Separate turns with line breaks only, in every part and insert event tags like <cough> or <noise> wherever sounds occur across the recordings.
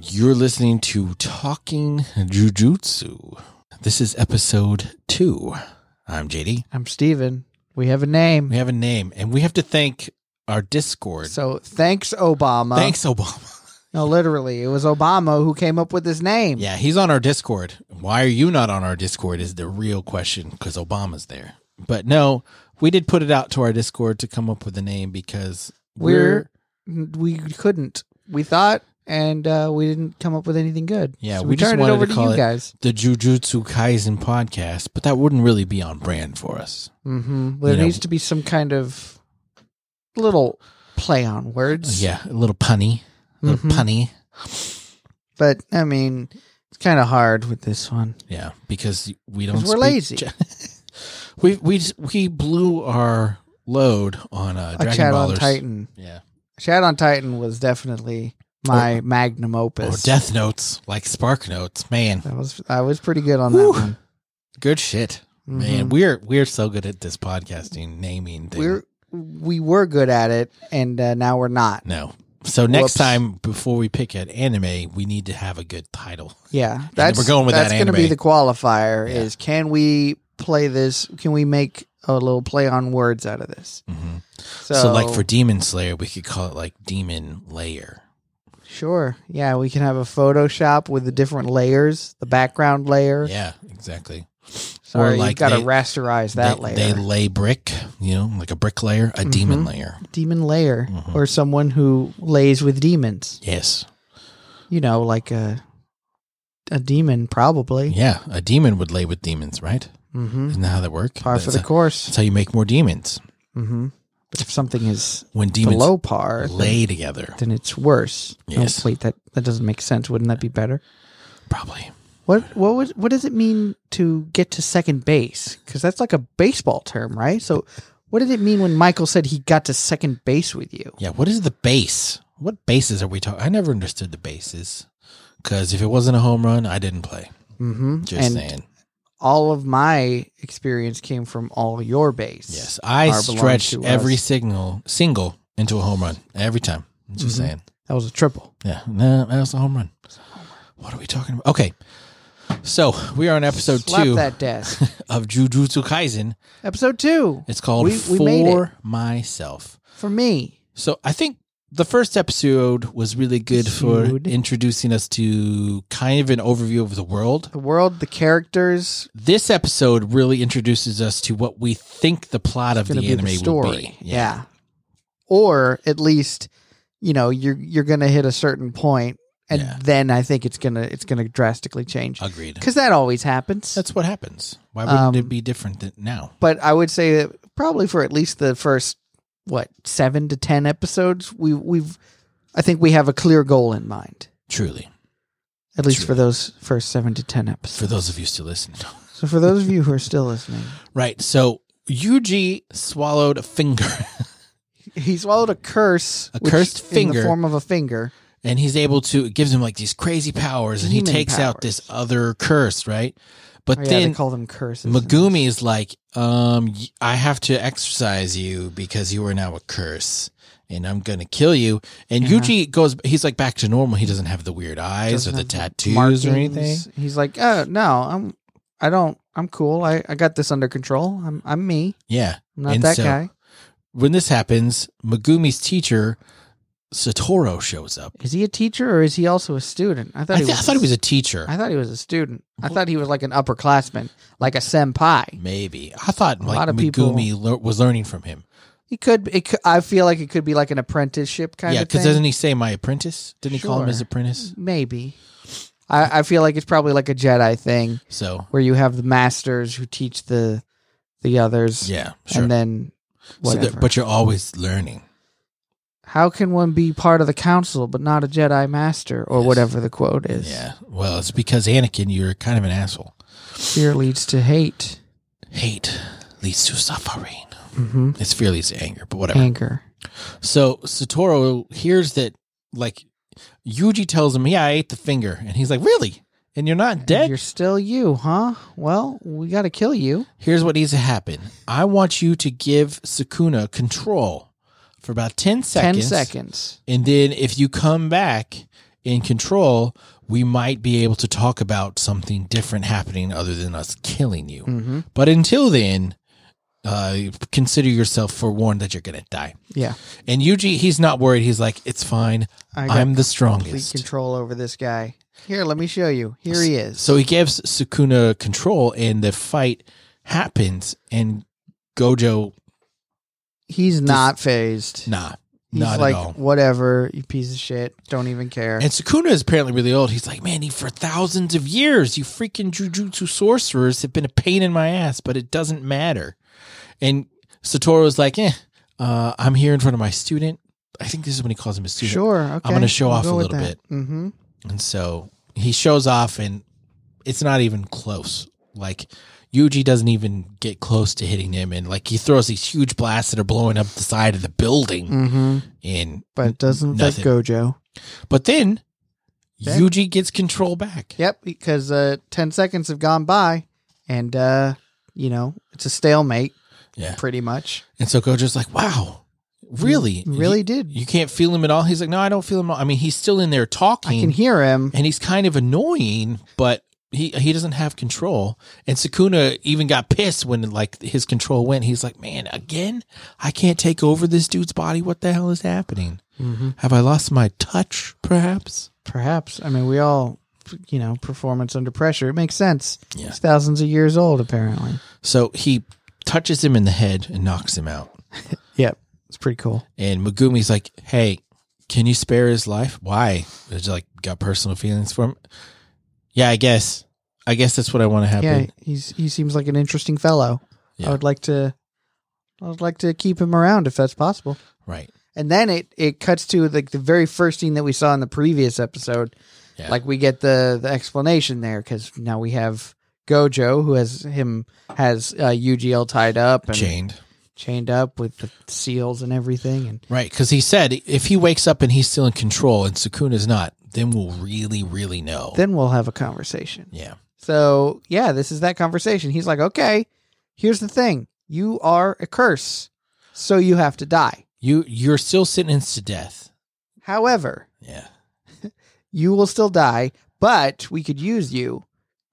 You're listening to Talking Jujutsu. This is episode two. I'm JD.
I'm Steven. We have a name.
We have a name, and we have to thank our Discord.
So thanks, Obama.
Thanks, Obama. <laughs>
No, literally, it was Obama who came up with his name.
Yeah, he's on our Discord. Why are you not on our Discord is the real question because Obama's there. But no, we did put it out to our Discord to come up with a name because we're,
We're- We couldn't. We thought, and uh, we didn't come up with anything good.
Yeah,
So
we just
turned it
wanted
over
to
to,
call
you
it-
guys.
the Jujutsu Kaisen podcast, but that wouldn't really be on brand for us.
hmm There
You know-
needs to be some kind of little play on words.
Yeah, a little punny, a little
Mhm.
punny.
But I mean, it's kind of hard with this one.
Yeah, because we don't.
'Cause we're
speak
lazy.
Ja- we we just- we blew our load on uh,
A
Dragon
Chat on
Ballers.
Titan.
Yeah,
Chat on Titan was definitely my magnum
or
opus.
Death Notes, like Spark Notes. Man,
that was I was pretty good on
Whew.
that one.
good shit. Man,
Mhm.
we're we're so good at this podcasting naming thing.
we're we were good at it, and uh, now we're not.
no. So next
Whoops.
time, before we pick an anime, we need to have a good title. <laughs>
Yeah, that's
we're going with
that's
that
going to be
anime.
the qualifier.
Yeah.
Is can we play this? Can we make a little play on words out of this?
hmm
So,
So, like for Demon Slayer, we could call it like Demon Layer.
sure, yeah, we can have a Photoshop with the different layers, the background layer.
Yeah, exactly.
Sorry,
like
you've got to
they-
rasterize that
they,
layer. Mm-hmm.
they lay brick, you know, like a brick layer, a demon layer.
Demon layer,
Mhm.
or someone who lays with demons.
Yes.
You know, like a a demon, probably.
Yeah, a demon would lay with demons, right?
Mm-hmm.
Isn't that how that work?
Par for
that's,
the
how-
course.
that's how you make more demons.
Mm-hmm. But if something is
When demons
below par, then-
lay together,
then it's worse.
Yes.
Oh, wait, that that doesn't make sense. Wouldn't that be better?
probably.
What what was, what does it mean to get to second base? Because that's like a baseball term, right? So, what did it mean when Michael said he got to second base with you?
Yeah. What is the base? What bases are we talking? I never understood the bases because if it wasn't a home run, I didn't play.
Mm-hmm.
Just
and
saying.
all of my experience came from all your base.
Yes, I
Are belong
stretched
to
every
us.
signal single into a home run every time. I'm just
Mhm.
saying.
that was a triple.
Yeah, no, that was a home run. What are we talking about? Okay, so we are on episode
Slap
two
that
<laughs>
desk.
of Jujutsu Kaisen.
Episode two
It's called
We- we
For
made it.
Myself.
for me.
So I think the first episode was really good for
Episode.
introducing us to kind of an overview of the world.
The world, the characters,
This episode really introduces us to what we think the plot of
going
the
to be
anime
the story.
would be.
Yeah. Or at least, you know, you're you're going to hit a certain point, and
Yeah.
then I think it's gonna it's gonna drastically change
agreed.
because that always happens.
That's what happens. Why wouldn't
Um,
it be different than now?
but I would say that probably for at least the first what seven to ten episodes, we we've I think we have a clear goal in mind.
Truly,
At least
True.
for those first seven to ten
for
episodes.
those of you still listening. <laughs>
so for those of you who are still listening,
Right. So Yuji swallowed a finger <laughs>
he swallowed a curse,
A cursed
in
finger.
the form of a finger.
and he's able to, it gives him like these crazy powers and he
Demon
takes out this other curse, right? But
Oh, yeah,
then
they call them curses.
Megumi is like, um, y- I have to exercise you because you are now a curse and I'm going to kill you. And
Yeah.
Yuji goes, he's like back to normal. He doesn't have the weird eyes or
Doesn't
the
have
tattoos
markings.
or anything.
He's like, oh no, I'm, I don't, I'm cool. I, I got this under control. I'm, I'm me.
Yeah.
I'm not
And
that
so-
guy.
When this happens, Megumi's teacher, Satoru, shows up.
Is he a teacher or is he also a student? I thought
I,
he
th-
was.
I thought he was a teacher.
I thought he was a student. I thought he was like an upperclassman, like a senpai.
Maybe I thought like
lot of people-
Megumi lear- was learning from him.
He could. It could. I feel like it could be like an apprenticeship kind
yeah,
of thing.
because doesn't he say my apprentice? Didn't he call him
Sure.
his apprentice?
Maybe. I, I feel like it's probably like a Jedi thing
So
where you have the masters who teach the the others,
yeah, sure.
and then
So
whatever.
that- but you're always learning.
How can one be part of the council but not a Jedi master or
Yes.
whatever the quote is?
Yeah. Well, it's because Anakin, you're kind of an asshole.
Fear leads to hate,
Hate leads to suffering.
hmm
It's fear leads to anger, but whatever.
anger.
So Satoru hears that, like Yuji tells him, "Yeah, I ate the finger," and he's like, "Really? And you're not dead?
You're still you, huh? Well, we got to kill you.
Here's what needs to happen. I want you to give Sukuna control for about 10 seconds.
Ten seconds.
And then if you come back in control, we might be able to talk about something different happening other than us killing you.
Mm-hmm.
But until then, uh, consider yourself forewarned that you're going to die.
Yeah.
And Yuji, he's not worried. He's like, it's fine.
I got
I'm the
complete
strongest.
control over this guy. Here, let me show you. Here he is.
So he gives Sukuna control, and the fight happens. And Gojo,
He's not phased.
nah,
He's
not
like,
at all.
whatever, you piece of shit. Don't even care.
And Sukuna is apparently really old. He's like, man, you- for thousands of years, you freaking jujutsu sorcerers have been a pain in my ass, but it doesn't matter. And Satoru's like, eh, uh, I'm here in front of my student. I think this is when he calls him a student.
sure. Okay.
gonna show off a little
Mm-hmm.
And so he shows off, and it's not even close. Like, Yuji doesn't even get close to hitting him. And like, he throws these huge blasts that are blowing up the side of the building.
Mm-hmm.
And,
But it doesn't affect
Nothing.
Gojo.
but then
Then-
Yuji gets control back.
Yep, because uh, 10 seconds have gone by and, uh, you know, it's a stalemate
Yeah.
pretty much.
And so Gojo's like, wow, really?
You really
You,
did.
you can't feel him at all? He's like, no, I don't feel him. At all. I mean, he's still in there
I can
talking
hear him.
and he's kind of annoying, but he, he doesn't have control. And Sukuna even got pissed when like his control went. He's like, man, again, I can't take over this dude's body. What the hell is happening? Have I lost my touch perhaps?
Perhaps. I mean, we all, you know, performance under pressure. It makes sense.
Yeah.
He's thousands of years old, apparently.
So he touches him in the head and knocks him out.
Yep. It's pretty cool.
And Megumi's like, hey, can you spare his life? Why? It's like got personal feelings for him. Yeah, I guess. I guess that's what I want to happen.
Yeah, he's he seems like an interesting fellow.
Yeah.
I would like to I would like to keep him around if that's possible.
Right.
And then it it cuts to like the very first scene that we saw in the previous episode.
Yeah.
Like we get the the explanation there because now we have Gojo who has him has uh, UGL tied up and
Chained.
chained up with the seals and everything. And
Right. Because he said if he wakes up and he's still in control and Sukuna's not, then we'll really, really know.
then we'll have a conversation.
yeah.
So yeah, this is that conversation. He's like, okay, here's the thing: you are a curse, so you have to die.
You you're still sentenced to death.
However,
Yeah.
you will still die, but we could use you.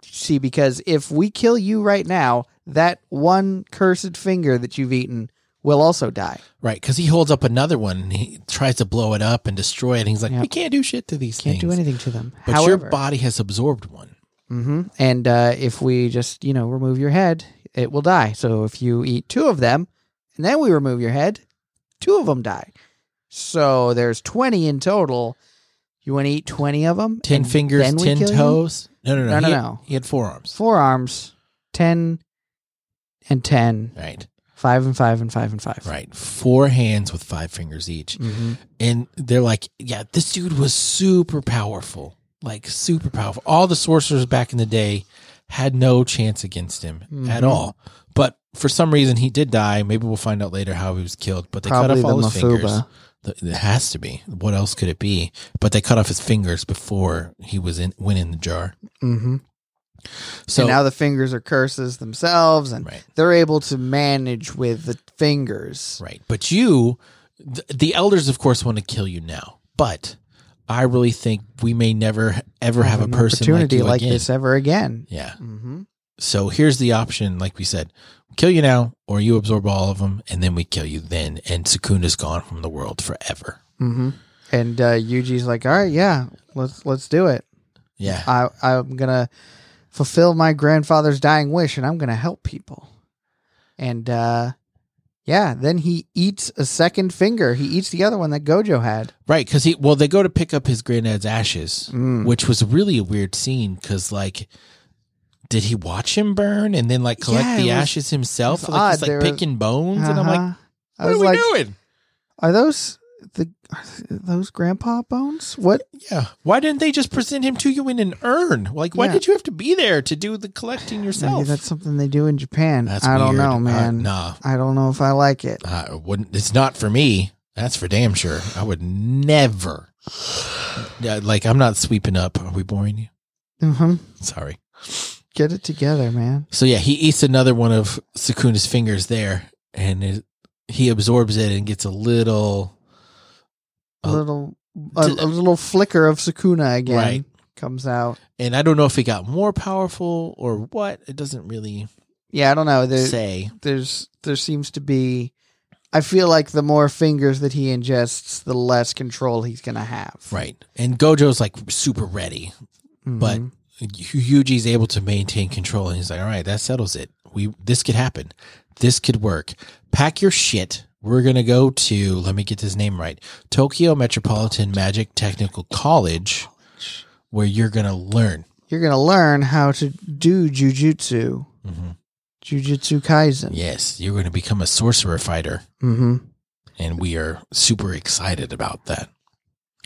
See, because if we kill you right now, that one cursed finger that you've eaten will also die.
Right. Because he holds up another one and he tries to blow it up and destroy it. And he's like,
Yeah.
we can't do shit to these
Can't
things.
do anything to them.
But
However,
your body has absorbed one.
hmm and uh, if we just you know remove your head, it will die. So if you eat two of them, and then we remove your head, two of them die. So there's twenty in total. You want to eat twenty of them?
Ten fingers, ten toes. No, no, no.
No, no,
he had-
no.
He had four arms.
Four arms, ten and ten,
Right.
five and five and five and five.
Right. Four hands with five fingers each.
Mm-hmm.
And they're like, yeah, this dude was super powerful. Like, super powerful. All the sorcerers back in the day had no chance against him at
Mhm.
all. But for some reason, he did die. Maybe we'll find out later how he was killed. But they cut off all his fingers. Th- It has to be. What else could it be? But they cut off his fingers before he was in went in the jar.
Mm-hmm. So
So
and now the fingers are curses themselves, and
right,
they're able to manage with the fingers.
right. But you, th- the elders, of course, want to kill you now. But I really think we may never ever have,
an
a person
opportunity
like, you
like
again.
this ever again.
Yeah.
Mm-hmm.
So here's the option, like we said, kill you now, or you absorb all of them, and then we kill you then, and Sukuna's gone from the world forever.
Mm-hmm. And uh, Yuji's like, "All right, yeah, let's let's do it.
Yeah.
I I'm gonna fulfill my grandfather's dying wish, and I'm gonna help people." And uh, yeah, then he eats a second finger. He eats the other one that Gojo had.
Right, because he well, they go to pick up his granddad's ashes,
Mm.
which was really a weird scene because like, did he watch him burn and then like collect
Yeah,
the
it was-
ashes himself?
it was
Like he's
odd.
like
There was-
picking bones, and I'm like,
Uh-huh. I
what are
was
we
like,
doing?
"Are those the are those grandpa bones? What?
Yeah, why didn't they just present him to you in an urn? Like, why
Yeah.
did you have to be there to do the collecting yourself?
Maybe that's something they do in Japan.
That's
I don't
weird.
know, man.
Uh, nah,
I don't know if I like it."
I wouldn't. It's not for me. That's for damn sure. I would never. Yeah, Like I'm not sweeping up. Are we boring you? Uh,
hmm
Sorry.
<laughs> Get it together, man.
So yeah, he eats another one of Sukuna's fingers there, and it, he absorbs it and gets a little. A-
little a, a little flicker of Sukuna again
Right.
comes out.
And I don't know if he got more powerful or what. It doesn't really
Yeah, I don't know. There,
say.
there's there seems to be. I feel like the more fingers that he ingests, the less control he's gonna have.
Right. And Gojo's like super ready. but-
Mhm.
Yuji's able to maintain control and he's like, all right, that settles it. We this could happen. This could work. Pack your shit. We're gonna go to let me get this name right. Tokyo Metropolitan Magic Technical College, where you're gonna learn.
you're gonna learn how to do jujutsu,
Mhm.
jujutsu kaisen.
Yes, you're gonna become a sorcerer fighter,
hmm
and we are super excited about that.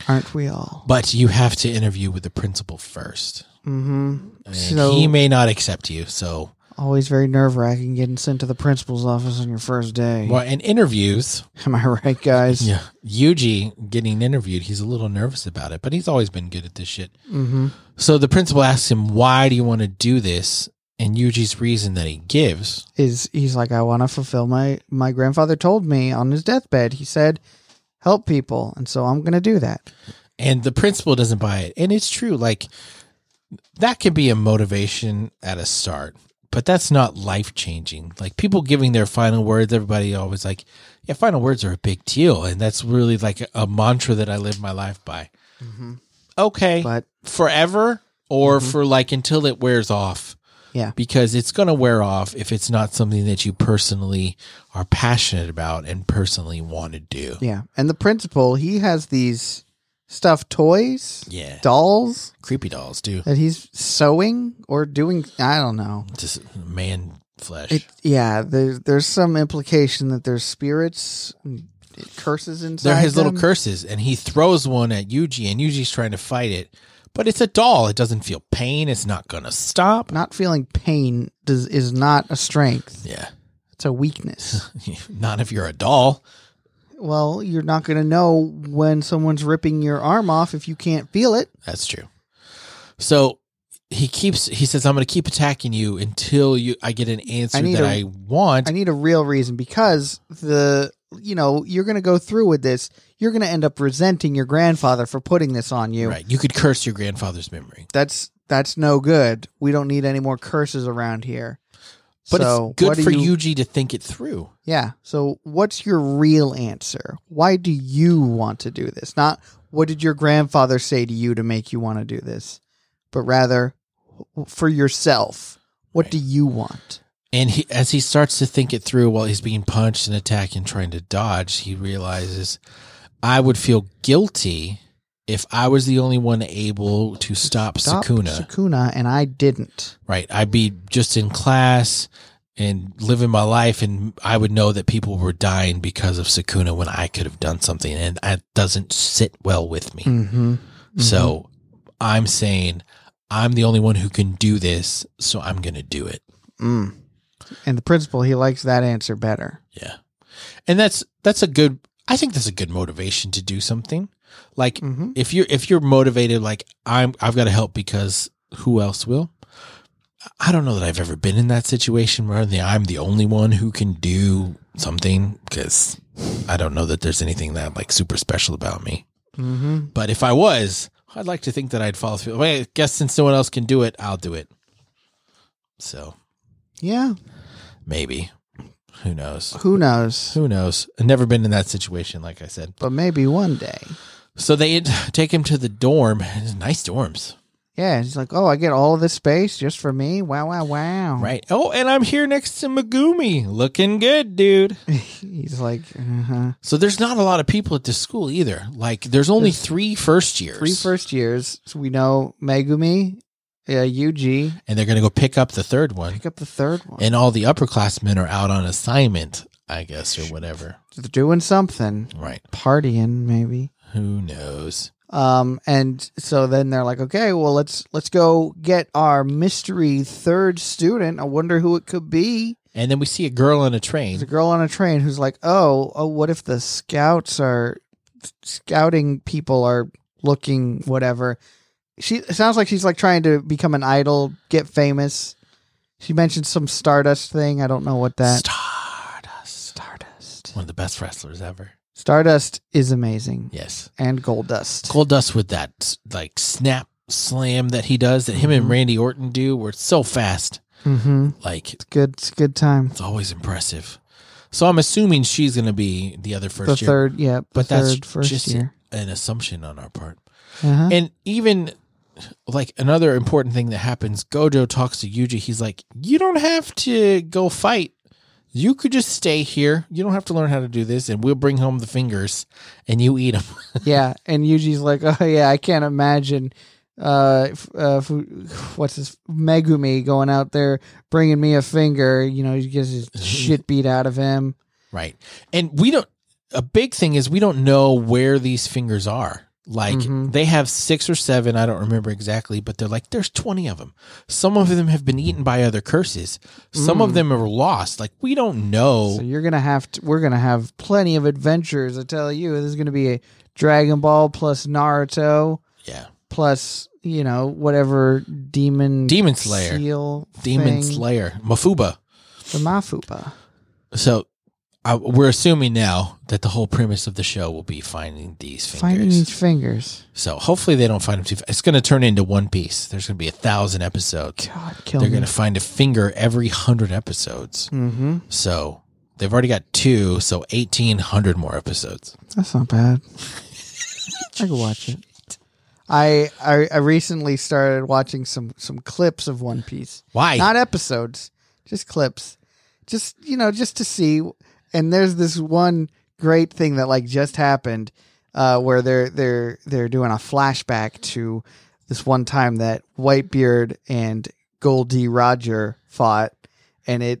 Aren't we all?
But you have to interview with the principal first.
Mm-hmm.
And
So
he may not accept you, so
always very nerve wracking getting sent to the principal's office on your first day.
well, in interviews,
<laughs> Am I right, guys?
Yeah. Yuji getting interviewed, he's a little nervous about it, but he's always been good at this shit.
Mm-hmm.
So the principal asks him, Why do you want to do this? And Yuji's reason that he gives,
Is he's like, I want to fulfill my my grandfather told me on his deathbed. He said, help people, and so I'm gonna do that.
and the principal doesn't buy it. And it's true. Like, that can be a motivation at a start, but that's not life changing. Like, people giving their final words, everybody always like, Yeah, final words are a big deal. And that's really like a, a mantra that I live my life by. Okay.
Mm-hmm. But
forever or for like until it wears off.
Mm-hmm. Yeah.
Because it's going to wear off if it's not something that you personally are passionate about and personally want to do.
yeah, and the principal he has these stuffed toys,
Yeah.
dolls
Creepy dolls, too.
that he's sewing or doing. I don't know.
Just man flesh.
It, yeah, there's there's some implication that there's spirits, and curses inside.
They're his little
them.
curses. And he throws one at Yuji, and Yuji's trying to fight it. But it's a doll. It doesn't feel pain. It's not going to stop.
Not feeling pain does, is not
<laughs>
a strength;
Yeah.
it's a weakness.
not if you're a doll.
well, you're not going to know when someone's ripping your arm off if you can't feel it.
That's true. So he keeps he says I'm going to keep attacking you until you I get an answer
I need
that
a-
I want.
I need a real reason because the you know you're going to go through with this. You're going to end up resenting your grandfather for putting this on you.
right. You could curse your grandfather's memory.
That's that's no good. We don't need any more curses around here.
But
So,
it's good
what do
for
you-
Yuji to think it through.
Yeah. So, what's your real answer? Why do you want to do this? Not what did your grandfather say to you to make you want to do this, but rather w- for yourself. What
Right.
do you want?
And he, as he starts to think it through while he's being punched and attacked and trying to dodge, he realizes I would feel guilty if I was the only one able to stop,
Stop
Sukuna.
Sukuna, and I didn't.
right? I'd be just in class and living my life, and I would know that people were dying because of Sakuna when I could have done something, and that doesn't sit well with me.
Mm-hmm.
So I'm saying I'm the only one who can do this, so I'm going to do it.
Mm. And the principal, he likes that answer better.
Yeah, and that's that's a good. I think that's a good motivation to do something. Like
Mm-hmm.
if you're if you're motivated, like I'm, I've got to help because who else will? I don't know that I've ever been in that situation where the, I'm the only one who can do something because I don't know that there's anything that like super special about me.
Mm-hmm.
But if I was, I'd like to think that I'd follow through. Well, I guess since no one else can do it, I'll do it. So
Yeah.
maybe, who knows?
Who knows?
Who knows? I've never been in that situation, like I said.
But maybe one day.
So they <laughs> take him to the dorm. Nice dorms.
Yeah. He's like, oh, I get all of this space just for me. Wow, wow, wow.
Right. Oh, and I'm here next to Megumi. Looking good, dude.
<laughs> he's like, uh-huh.
So there's not a lot of people at this school either. Like there's only
There's
three first years.
three first years. So we know Megumi, uh, Yuji.
and they're gonna go pick up the third one.
Pick up the third one.
And all the upperclassmen are out on assignment, I guess, or whatever.
They're doing something,
Right.
partying maybe.
Who knows?
Um, and so then they're like, okay, well let's let's go get our mystery third student. I wonder who it could be.
And then we see a girl on a
There's a
train.
girl on a train who's like, oh, oh, what if the scouts are scouting people are looking whatever. She it sounds like she's like trying to become an idol, get famous. She mentioned some Stardust thing. I don't know what that
Stardust.
Stardust.
One of the best wrestlers ever.
Stardust is amazing,
Yes.
and Gold Dust.
Gold Dust with that like snap slam that he does that him and
Mhm.
Randy Orton do were so fast.
Mm-hmm.
Like
It's good. It's a good time.
it's always impressive. So I'm assuming she's going to be the other first
the
year,
third, yeah, the
but that's
third first
just
year.
an assumption on our part.
Uh-huh.
And even like another important thing that happens, Gojo talks to Yuji. He's like, "You don't have to go fight. You could just stay here. You don't have to learn how to do this, and we'll bring home the fingers, and you eat them."
yeah, and Yuji's like, oh yeah, I can't imagine. Uh, f- uh, fu- what's his Megumi going out there bringing me a finger? You know, he
<laughs>
gets his shit beat out of him.
right. And we don't. A big thing is we don't know where these fingers are. Like
Mhm.
they have six or seven, I don't remember exactly, but they're like there's twenty of them. Some of them have been eaten by other curses. Some
Mm.
of them are lost. Like we don't know.
So you're gonna have to. We're gonna have plenty of adventures. I tell you, this is gonna be a Dragon Ball plus Naruto
yeah,
plus you know whatever demon
Demon Slayer.
seal
Demon
thing.
Slayer, Mafuba.
the Mafupa.
So I, we're assuming now that the whole premise of the show will be finding these fingers.
Finding these fingers.
so hopefully they don't find them too. Fa- it's going to turn into One Piece. There's going to be a thousand episodes.
God, kill
They're
me.
going to find a finger every hundred episodes.
Mm-hmm.
So they've already got two, so eighteen hundred more episodes.
That's not bad. I could watch it. I, I I recently started watching some some clips of One Piece,
Why?
not episodes, just clips, just you know, just to see. And there's this one great thing that like just happened, uh, where they're they're they're doing a flashback to this one time that Whitebeard and Goldie Roger fought, and it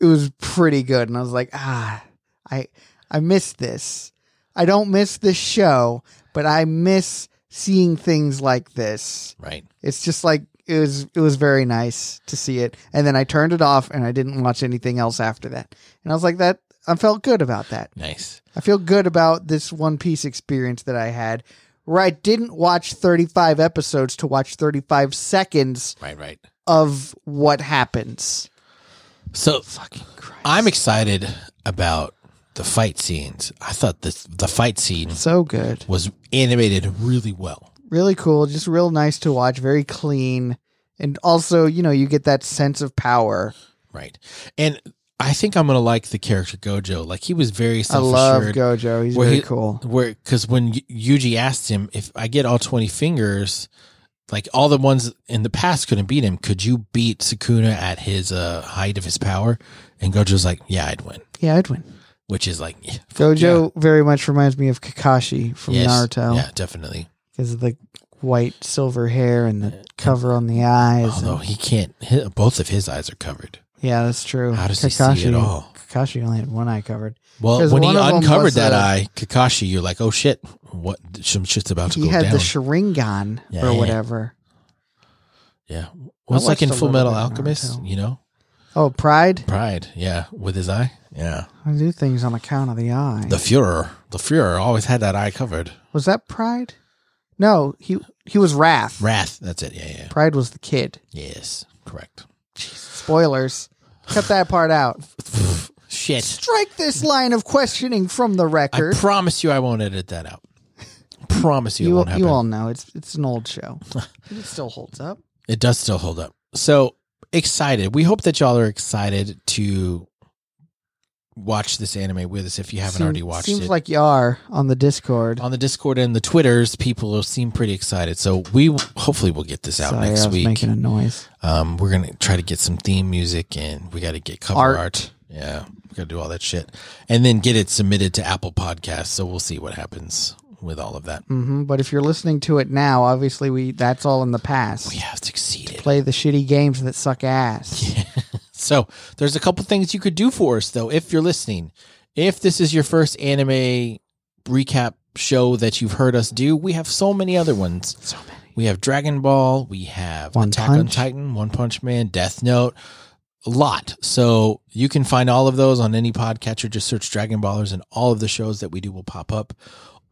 it was pretty good. And I was like, ah, I I miss this. I don't miss this show, but I miss seeing things like this.
right.
It's just like it was it was very nice to see it. And then I turned it off and I didn't watch anything else after that. And I was like that I felt good about that.
Nice.
I feel good about this One Piece experience that I had where I didn't watch 35 episodes to watch 35 seconds
Right. Right.
of what happens.
So
Fucking Christ.
I'm excited about the fight scenes. I thought the the fight scene
so good.
was animated really well.
really cool, just real nice to watch, very clean. And also, you know, you get that sense of power.
Right. And I think I'm going to like the character Gojo. Like he was very
I love
self-assured.
Gojo. He's
Where
very
he-
cool.
where cuz when Y- Yuji asked him if I get all 20 fingers, like all the ones in the past couldn't beat him, could you beat Sukuna at his uh, height of his power? And Gojo's like, "Yeah, I'd win."
Yeah, I'd win.
Which is like yeah, fuck
Gojo very much reminds me of Kakashi
yeah.
from
Yes.
Naruto
Yeah, definitely.
because of the white silver hair and the cover on the eyes.
Although
and-
he can't hi- both of his eyes are covered.
yeah, that's true.
How does he see it all?
Kakashi only had one eye covered.
Well,
'Cause
when he
one of 'em
uncovered
was,
that
uh,
eye, Kakashi, you're like, "Oh shit, what some shit's about to
He
go
had
down."
the Sharingan
Yeah,
or
yeah.
whatever.
Yeah. Well, it's
watched
like in
a
Full
little
Metal
bit of
Alchemist,
Naruto.
you know?
Oh, pride!
Pride, yeah, with his eye. Yeah.
I do things on account of the eye.
The Fuhrer. The Fuhrer always had that eye covered.
was that pride? No, he he was wrath.
Wrath. That's it. Yeah, yeah.
Pride was the kid.
Yes. Correct.
Spoilers. Cut that
<laughs>
part out.
Shit.
Strike this line of questioning from the
I
record.
promise you I won't edit that out. promise you, it
you,
won't happen.
you all know it's it's an
<laughs>
old show. it still holds up.
It does still hold up. So excited. We hope that y'all are excited to watch this anime with us if you haven't
Seem-
already watched
Seems
it. Oh,
like you are on the Discord.
on the Discord and the Twitters, people seem pretty excited. So we hopefully we'll get this out
Sorry,
next
I was
week.
making a noise.
Um, we're gonna try to get some theme music and we got to get cover
Art.
art. Yeah, we got to do all that shit, and then get it submitted to Apple Podcasts. So we'll see what happens with all of that.
hmm But if you're listening to it now, obviously we that's all in the past.
We have succeeded.
Play the shitty games that suck
<laughs>
ass.
So there's a couple things you could do for us though, if you're listening. If this is your first anime recap show that you've heard us do, we have so many other ones.
So many.
We have Dragon Ball. We have
One
Attack on
Punch.
Titan, One Punch Man, Death Note, a lot. So you can find all of those on any podcatcher. Just search Dragon Ballers, and all of the shows that we do will pop up.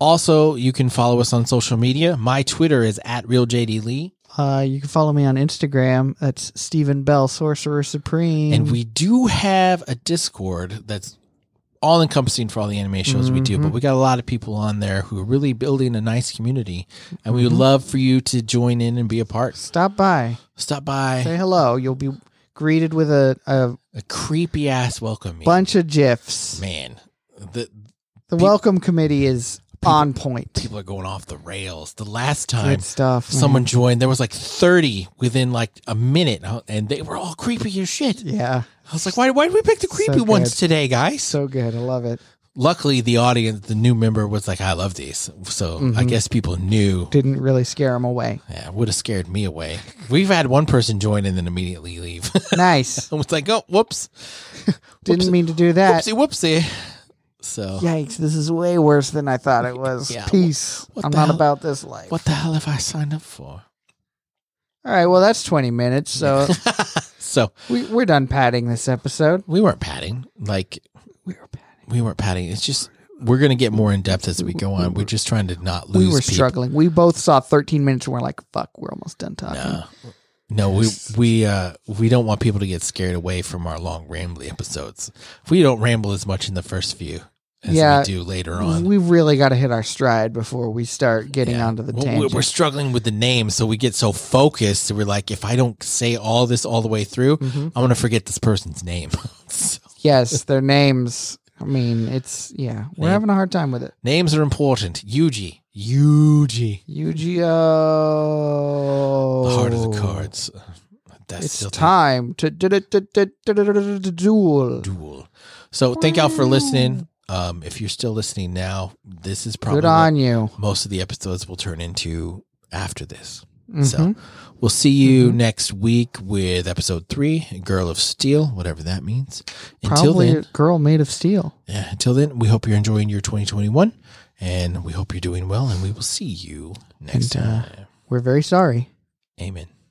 Also, you can follow us on social media. My Twitter is at RealJDLee,
Uh, you can follow me on Instagram. That's Stephen Bell, Sorcerer Supreme.
and we do have a Discord that's all encompassing for all the anime shows we do, but
Mm-hmm.
we got a lot of people on there who are really building a nice community, and
Mm-hmm.
we would love for you to join in and be a part.
Stop by,
Stop by
say hello. You'll be greeted with a, a
a creepy ass welcome meeting.
bunch of gifs.
Man, the
The
Peop-
welcome committee is on point.
people are going off the rails. The last time
Good stuff. man.
someone joined, there was like thirty within like a minute, huh, and they were all creepy as shit.
Yeah,
I was like, why? Why did we pick the creepy
good.
ones today, guys?
so good. I love it.
luckily the audience the new member was like i love these so i guess people knew
Didn't really scare him away.
yeah, would have scared me away we've had one person join and then immediately leave <laughs>
Nice.
i was like oh whoops
Didn't mean to do that.
whoopsie whoopsie so
Yikes! This is way worse than I thought it was.
Yeah, wh-
Peace.
what
I'm
the
not
hell-
about this life.
what the hell have i signed up for
All right. Well, that's 20 minutes. So
so
<laughs> we, we're done padding this episode.
we weren't padding like
We were padding.
we weren't padding it's just we're gonna get more in depth as we go on we're just trying to not lose
We were
people.
struggling. We both saw 13 minutes and we're like, "Fuck, we're almost done talking."
No. No, we we uh we don't want people to get scared away from our long rambly episodes. We don't ramble as much in the first few as
Yeah.
we do later on.
We've really got to hit our stride before we start getting
Yeah.
onto the
Well, we-
tangent.
We're struggling with the name, so we get so focused. We're like, if I don't say all this all the way through,
Mhm.
I'm gonna forget this person's name. <laughs> So,
Yes, their names. I mean, it's yeah. We're
Name-
having a hard time with it.
names are important. Yuji, Yuji,
Yu-Gi-Oh.
the heart of the cards. uh, That's
Oh. It's
still the
time to du- du- du- du- du- du- du- du- du- duel.
duel. So thank y'all for listening. Um, if you're still listening now, this is probably
Good
what
on you.
most of the episodes will turn into after this. So
Mhm.
we'll see you
Mm-hmm.
next week with episode three, Girl of Steel, whatever that means. Until
Mm-hmm. Probably a
then,
girl made of steel.
yeah, until then, we hope you're enjoying your 2021 and we hope you're doing well and we will see you next
And, uh,
time.
We're very sorry.
Amen.